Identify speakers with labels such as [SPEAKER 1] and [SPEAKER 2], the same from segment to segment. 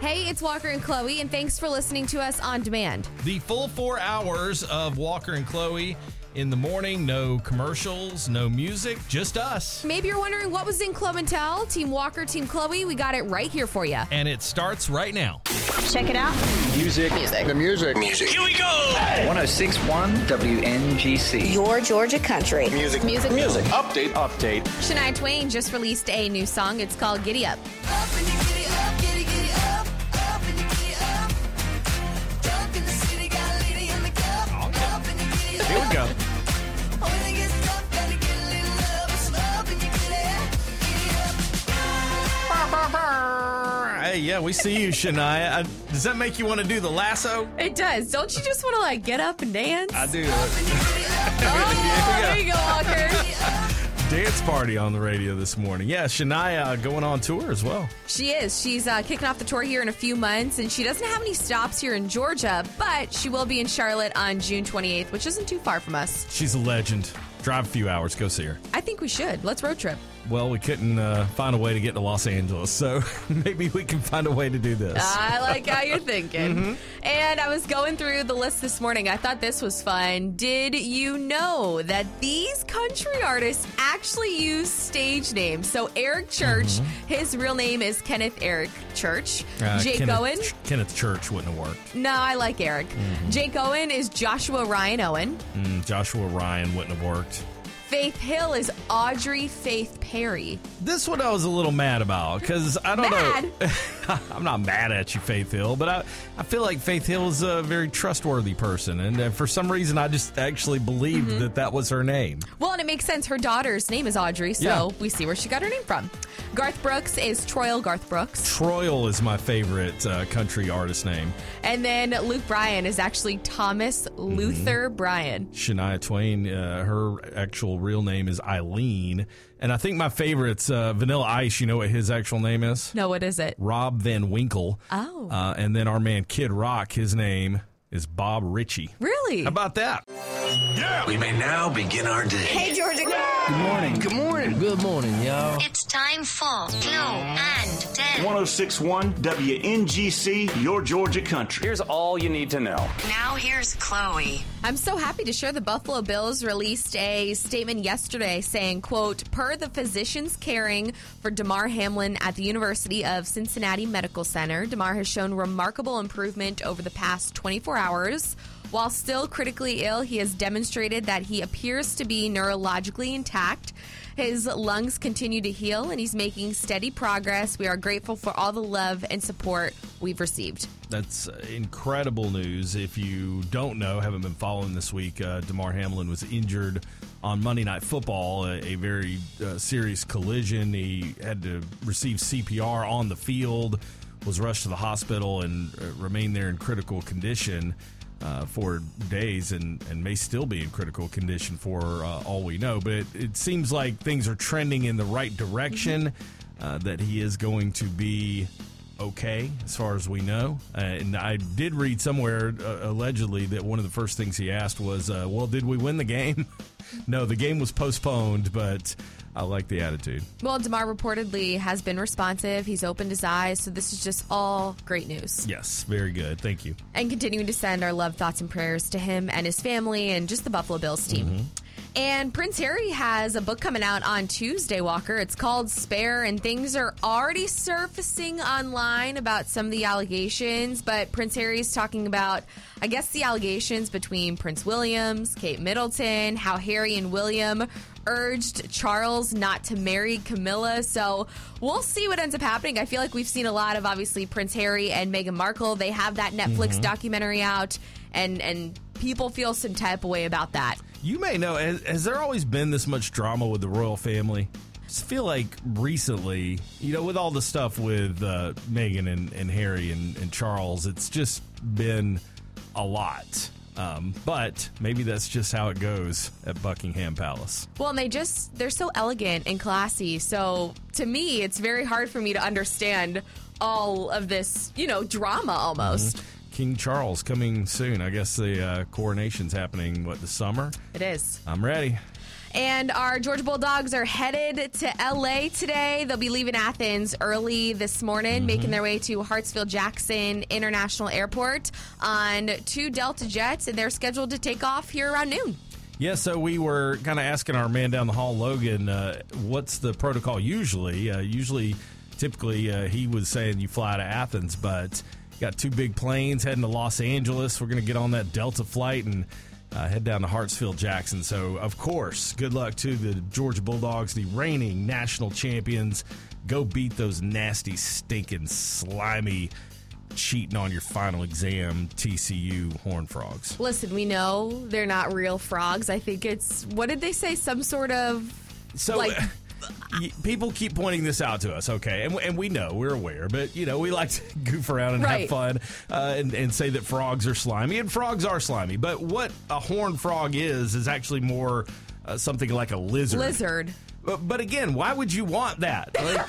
[SPEAKER 1] Hey, it's Walker and Chloe, and thanks for listening to us on demand.
[SPEAKER 2] The full four hours of Walker and Chloe in the morning. No commercials, no music, just us.
[SPEAKER 1] Maybe you're wondering what was in Chloe and Tell, Team Walker, Team Chloe. We got it right here for you.
[SPEAKER 2] And it starts right now.
[SPEAKER 3] Check it out.
[SPEAKER 4] Music. Music. The music. Music.
[SPEAKER 5] Here we go.
[SPEAKER 4] 1061 WNGC.
[SPEAKER 3] Your Georgia country.
[SPEAKER 4] Music. Music. Music. Update. Update.
[SPEAKER 1] Shania Twain just released a new song. It's called Giddy Up.
[SPEAKER 6] Up and you giddy up, giddy giddy up, up and you giddy up. Drunk in the city, got a lady in the cup. Up and you giddy up.
[SPEAKER 2] Here we go.
[SPEAKER 6] When it gets tough, gotta get a little love. So up and you giddy up, giddy up.
[SPEAKER 2] Hey, yeah, we see you, Shania. I, does that make you want to do the lasso?
[SPEAKER 1] It does. Don't you just want to like get up and dance?
[SPEAKER 2] I do.
[SPEAKER 6] When you giddy up,
[SPEAKER 1] Oh, there you go, Walker.
[SPEAKER 6] giddy up.
[SPEAKER 2] Dance party on the radio this morning. Yeah, Shania uh, going on tour as well.
[SPEAKER 1] She is. She's uh, kicking off the tour here in a few months, and she doesn't have any stops here in Georgia, but she will be in Charlotte on June 28th, which isn't too far from us.
[SPEAKER 2] She's a legend. Drive a few hours, go see her.
[SPEAKER 1] I think we should. Let's road trip.
[SPEAKER 2] Well, we couldn't uh, find a way to get to Los Angeles, so maybe we can find a way to do this.
[SPEAKER 1] I like how you're thinking.
[SPEAKER 2] Mm-hmm.
[SPEAKER 1] And I was going through the list this morning. I thought this was fun. Did you know that these country artists actually use stage names? So Eric Church, his real name is Kenneth Eric Church.
[SPEAKER 2] Mm-hmm. Uh,
[SPEAKER 1] Jake
[SPEAKER 2] Kenneth,
[SPEAKER 1] Owen.
[SPEAKER 2] Ch- Kenneth Church wouldn't have worked.
[SPEAKER 1] No, I like Eric.
[SPEAKER 2] Mm-hmm.
[SPEAKER 1] Jake Owen is Joshua Ryan Owen.
[SPEAKER 2] Mm, Joshua Ryan wouldn't have worked.
[SPEAKER 1] Faith Hill is Audrey Faith Perry.
[SPEAKER 2] This one I was a little mad about because I don't know. I'm not mad at you, Faith Hill, but I, I feel like Faith Hill is a very trustworthy person, and uh, for some reason I just actually believed that that was her name.
[SPEAKER 1] Well, and it makes sense. Her daughter's name is Audrey, so
[SPEAKER 2] Yeah.
[SPEAKER 1] we see where she got her name from. Garth Brooks is Troil Garth Brooks.
[SPEAKER 2] Troil is my favorite uh, country artist name.
[SPEAKER 1] And then Luke Bryan is actually Thomas Luther Bryan.
[SPEAKER 2] Shania Twain, uh, her actual real name is Eileen, and I think my favorite's uh, Vanilla Ice. You know what his actual name is?
[SPEAKER 1] No, what is it?
[SPEAKER 2] Rob Van Winkle.
[SPEAKER 1] Oh.
[SPEAKER 2] Uh, and then our man Kid Rock, his name is Bob Ritchie.
[SPEAKER 1] Really?
[SPEAKER 2] How about that?
[SPEAKER 5] We may now begin our day.
[SPEAKER 3] Hey, Georgia.
[SPEAKER 7] Good morning. Good morning. Good morning, y'all.
[SPEAKER 8] It's time for Glow and Tell.
[SPEAKER 9] 1061 WNGC, your Georgia country.
[SPEAKER 4] Here's all you need to know.
[SPEAKER 8] Now here's Chloe.
[SPEAKER 1] I'm so happy to share the Buffalo Bills released a statement yesterday saying, quote, per the physicians caring for DeMar Hamlin at the University of Cincinnati Medical Center, DeMar has shown remarkable improvement over the past 24 hours. While still critically ill, he has demonstrated that he appears to be neurologically intact. His lungs continue to heal and he's making steady progress. We are grateful for all the love and support we've received.
[SPEAKER 2] That's uh, incredible news. If you don't know, haven't been following this week, uh, DeMar Hamlin was injured on Monday Night Football, a, a very uh, serious collision. He had to receive CPR on the field, was rushed to the hospital, and uh, remained there in critical condition. Uh, for days and, and may still be in critical condition for uh, all we know. But it, it seems like things are trending in the right direction, uh, that he is going to be okay as far as we know. Uh, and I did read somewhere uh, allegedly that one of the first things he asked was, uh, "Well, did we win the game?" no, the game was postponed, but I like the attitude.
[SPEAKER 1] Well, DeMar reportedly has been responsive. He's opened his eyes, so this is just all great news.
[SPEAKER 2] Yes, very good. Thank you.
[SPEAKER 1] And continuing to send our love, thoughts, and prayers to him and his family and just the Buffalo Bills team. And Prince Harry has a book coming out on Tuesday, Walker. It's called Spare, and things are already surfacing online about some of the allegations. But Prince Harry's talking about, I guess, the allegations between Prince Williams, Kate Middleton, how Harry and William urged Charles not to marry Camilla. So we'll see what ends up happening. I feel like we've seen a lot of obviously Prince Harry and Meghan Markle. They have that Netflix documentary out, and and people feel some type of way about that.
[SPEAKER 2] You may know. Has, has there always been this much drama with the royal family? Just feel like recently, you know, with all the stuff with uh, Meghan and, and Harry and, and Charles, it's just been a lot. Um, but maybe that's just how it goes at Buckingham Palace.
[SPEAKER 1] Well, and they just they're so elegant and classy. So to me, it's very hard for me to understand all of this, you know, drama almost.
[SPEAKER 2] King Charles coming soon. I guess the uh, coronation's happening, what, this summer?
[SPEAKER 1] It is.
[SPEAKER 2] I'm ready.
[SPEAKER 1] And our Georgia Bulldogs are headed to LA today. They'll be leaving Athens early this morning, making their way to Hartsfield Jackson International Airport on two Delta jets, and they're scheduled to take off here around noon.
[SPEAKER 2] Yeah, so we were kind of asking our man down the hall, Logan, uh, what's the protocol usually? Uh, usually, typically, uh, he was saying you fly to Athens, but got two big planes heading to Los Angeles. We're going to get on that Delta flight and uh, head down to Hartsfield Jackson. So, of course, good luck to the Georgia Bulldogs, the reigning national champions. Go beat those nasty, stinking, slimy, cheating on your final exam TCU Horn Frogs.
[SPEAKER 1] Listen, we know they're not real frogs. I think it's, what did they say? Some sort of.
[SPEAKER 2] So
[SPEAKER 1] Like-
[SPEAKER 2] uh, y- people keep pointing this out to us, okay, and, and we know we're aware, but you know we like to goof around and
[SPEAKER 1] Right.
[SPEAKER 2] have fun uh, and, and say that frogs are slimy, and frogs are slimy. But what a horned frog is is actually more uh, something like a lizard.
[SPEAKER 1] Lizard.
[SPEAKER 2] But, but again, why would you want that? Like,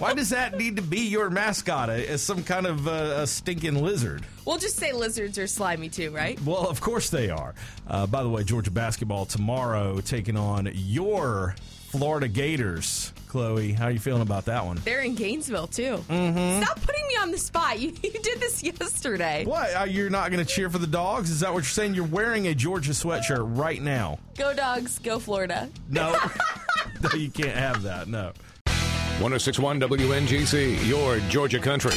[SPEAKER 2] why does that need to be your mascot uh, as some kind of uh, a stinking lizard?
[SPEAKER 1] We'll just say lizards are slimy too, right?
[SPEAKER 2] Well, of course they are. Uh, by the way, Georgia basketball tomorrow taking on your Florida Gators. Chloe, how are you feeling about that one?
[SPEAKER 1] They're in Gainesville too. Stop putting me on the spot. You, you did this yesterday.
[SPEAKER 2] Mm-hmm. What? Uh, you're not going to cheer for the dogs? Is that what you're saying? You're wearing a Georgia sweatshirt right now.
[SPEAKER 1] Go dogs, go Florida.
[SPEAKER 2] No. no, you can't have that. No.
[SPEAKER 10] 1061 WNGC, your Georgia country.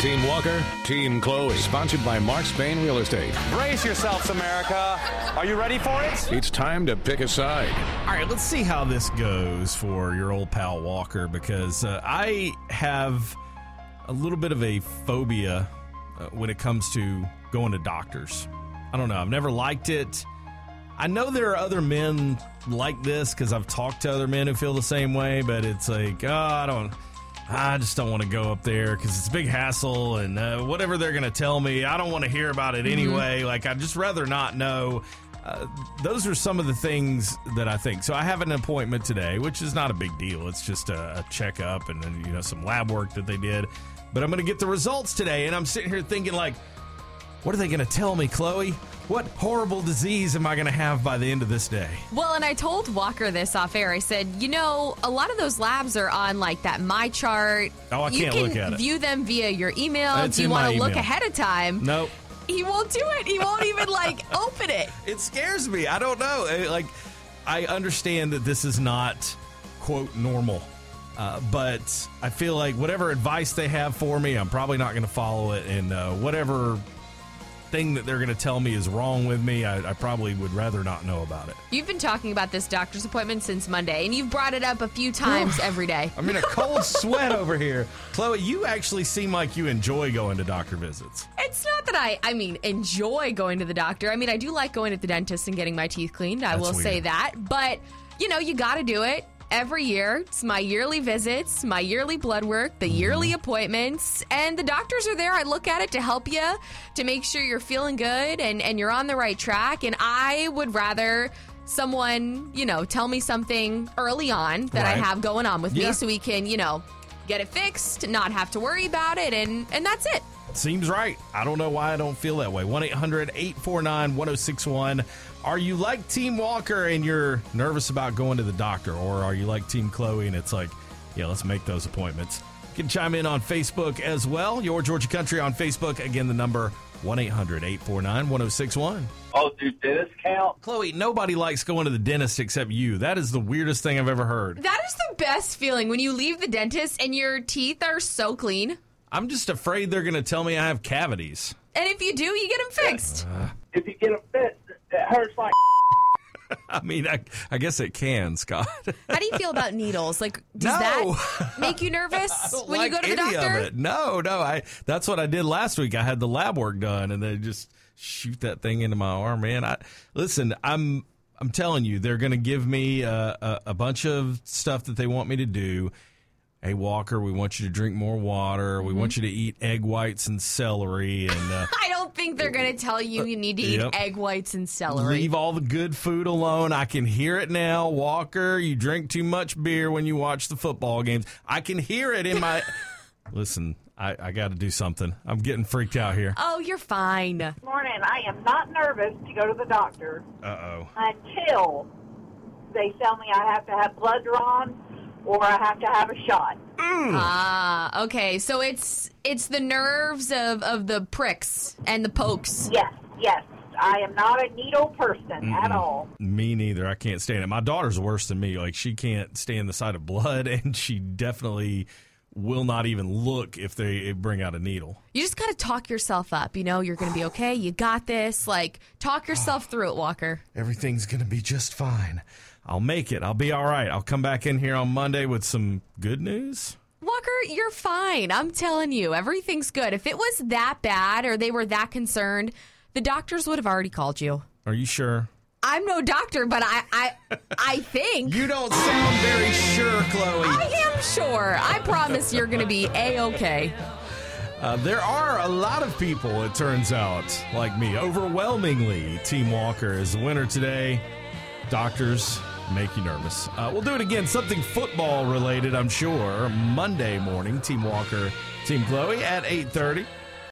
[SPEAKER 10] Team Walker, Team Chloe, sponsored by Mark Spain Real Estate.
[SPEAKER 4] Brace yourselves, America. Are you ready for it?
[SPEAKER 10] It's time to pick a side.
[SPEAKER 2] All right, let's see how this goes for your old pal Walker because uh, I have a little bit of a phobia uh, when it comes to going to doctors. I don't know. I've never liked it. I know there are other men like this because I've talked to other men who feel the same way, but it's like, oh, I don't. I just don't want to go up there because it's a big hassle and uh, whatever they're going to tell me, I don't want to hear about it anyway. Like, I'd just rather not know. Uh, those are some of the things that I think. So I have an appointment today, which is not a big deal. It's just a, a checkup and then, you know, some lab work that they did. But I'm going to get the results today. And I'm sitting here thinking, like, what are they going to tell me, Chloe? What horrible disease am I going to have by the end of this day?
[SPEAKER 1] Well, and I told Walker this off air. I said, you know, a lot of those labs are on like that My Chart.
[SPEAKER 2] Oh, I
[SPEAKER 1] you
[SPEAKER 2] can't
[SPEAKER 1] can
[SPEAKER 2] look at it.
[SPEAKER 1] View them via your email.
[SPEAKER 2] It's
[SPEAKER 1] Do you
[SPEAKER 2] in
[SPEAKER 1] want
[SPEAKER 2] my
[SPEAKER 1] to look
[SPEAKER 2] email.
[SPEAKER 1] ahead of time?
[SPEAKER 2] Nope.
[SPEAKER 1] He won't do it. He won't even like open it.
[SPEAKER 2] It scares me. I don't know. Uh, Like, I understand that this is not, quote, normal. Uh, but I feel like whatever advice they have for me, I'm probably not going to follow it. And uh, whatever thing that they're going to tell me is wrong with me, I, I probably would rather not know about it.
[SPEAKER 1] You've been talking about this doctor's appointment since Monday, and you've brought it up a few times every day.
[SPEAKER 2] I'm in a cold sweat over here. Chloe, you actually seem like you enjoy going to doctor visits.
[SPEAKER 1] It's not that I, I mean, enjoy going to the doctor. I mean, I do like going to the dentist and getting my teeth cleaned. I
[SPEAKER 2] That's
[SPEAKER 1] will say
[SPEAKER 2] weird.
[SPEAKER 1] that. But, you know, you got to do it every year. It's my yearly visits, my yearly blood work,
[SPEAKER 2] Mm-hmm.
[SPEAKER 1] the yearly appointments. And the doctors are there. I look at it to help you, to make sure you're feeling good and, and you're on the right track. And I would rather someone, you know, tell me something early on that I
[SPEAKER 2] Right.
[SPEAKER 1] have going on with
[SPEAKER 2] Yeah.
[SPEAKER 1] me so we can, you know, get it fixed, not have to worry about it. And, and that's it.
[SPEAKER 2] Seems right. I don't know why I don't feel that way. 1 800 849 1061. Are you like Team Walker and you're nervous about going to the doctor? Or are you like Team Chloe and it's like, yeah, let's make those appointments? You can chime in on Facebook as well. Your Georgia Country on Facebook. Again, the number 1 800 849 1061.
[SPEAKER 5] Oh, do dentists count?
[SPEAKER 2] Chloe, nobody likes going to the dentist except you. That is the weirdest thing I've ever heard.
[SPEAKER 1] That is the best feeling when you leave the dentist and your teeth are so clean.
[SPEAKER 2] I'm just afraid they're going to tell me I have cavities.
[SPEAKER 1] And if you do, you get them fixed.
[SPEAKER 5] If you get a fit, it hurts like.
[SPEAKER 2] I mean, I, I guess it can, Scott.
[SPEAKER 1] How do you feel about needles? Like, does
[SPEAKER 2] No.
[SPEAKER 1] that make you nervous
[SPEAKER 2] don't
[SPEAKER 1] when you go
[SPEAKER 2] like
[SPEAKER 1] to the
[SPEAKER 2] any of
[SPEAKER 1] doctor?
[SPEAKER 2] it. No, no. I that's what I did last week. I had the lab work done, and they just shoot that thing into my arm. Man, I listen. I'm I'm telling you, they're going to give me uh, a, a bunch of stuff that they want me to do. Hey Walker, we want you to drink more water.
[SPEAKER 1] Mm-hmm.
[SPEAKER 2] We want you to eat egg whites and celery, and uh,
[SPEAKER 1] I don't think they're going to tell you you need to
[SPEAKER 2] Yep.
[SPEAKER 1] eat egg whites and celery.
[SPEAKER 2] leave all the good food alone. I can hear it now, Walker. You drink too much beer when you watch the football games. I can hear it in my. Listen, I, I got to do something. I'm getting freaked out here.
[SPEAKER 1] Oh, you're fine.
[SPEAKER 11] morning. I am not nervous to go to the doctor
[SPEAKER 2] Uh oh.
[SPEAKER 11] until they tell me I have to have blood drawn or I have to have a shot.
[SPEAKER 1] Ah, okay. So it's it's the nerves of of the pricks and the pokes.
[SPEAKER 11] Yes, yes. I am not a needle person at
[SPEAKER 2] Mm-mm.
[SPEAKER 11] all.
[SPEAKER 2] Me neither. I can't stand it. My daughter's worse than me. Like she can't stand the sight of blood, and she definitely will not even look if they bring out a needle.
[SPEAKER 1] You just gotta talk yourself up. You know, you're gonna be okay. You got this. Like talk yourself through it, Walker.
[SPEAKER 2] Everything's gonna be just fine. I'll make it. I'll be all right. I'll come back in here on Monday with some good news.
[SPEAKER 1] Walker, you're fine. I'm telling you, everything's good. If it was that bad or they were that concerned, the doctors would have already called you.
[SPEAKER 2] Are you sure?
[SPEAKER 1] I'm no doctor, but I I I think
[SPEAKER 2] You don't sound very sure, Chloe.
[SPEAKER 1] I am sure. I promise you're gonna be a okay.
[SPEAKER 2] Uh, there are a lot of people, it turns out, like me. Overwhelmingly, Team Walker is the winner today. Doctors make you nervous. Uh, we'll do it again, something football related, I'm sure. Monday morning, Team Walker, Team Chloe at 8:30.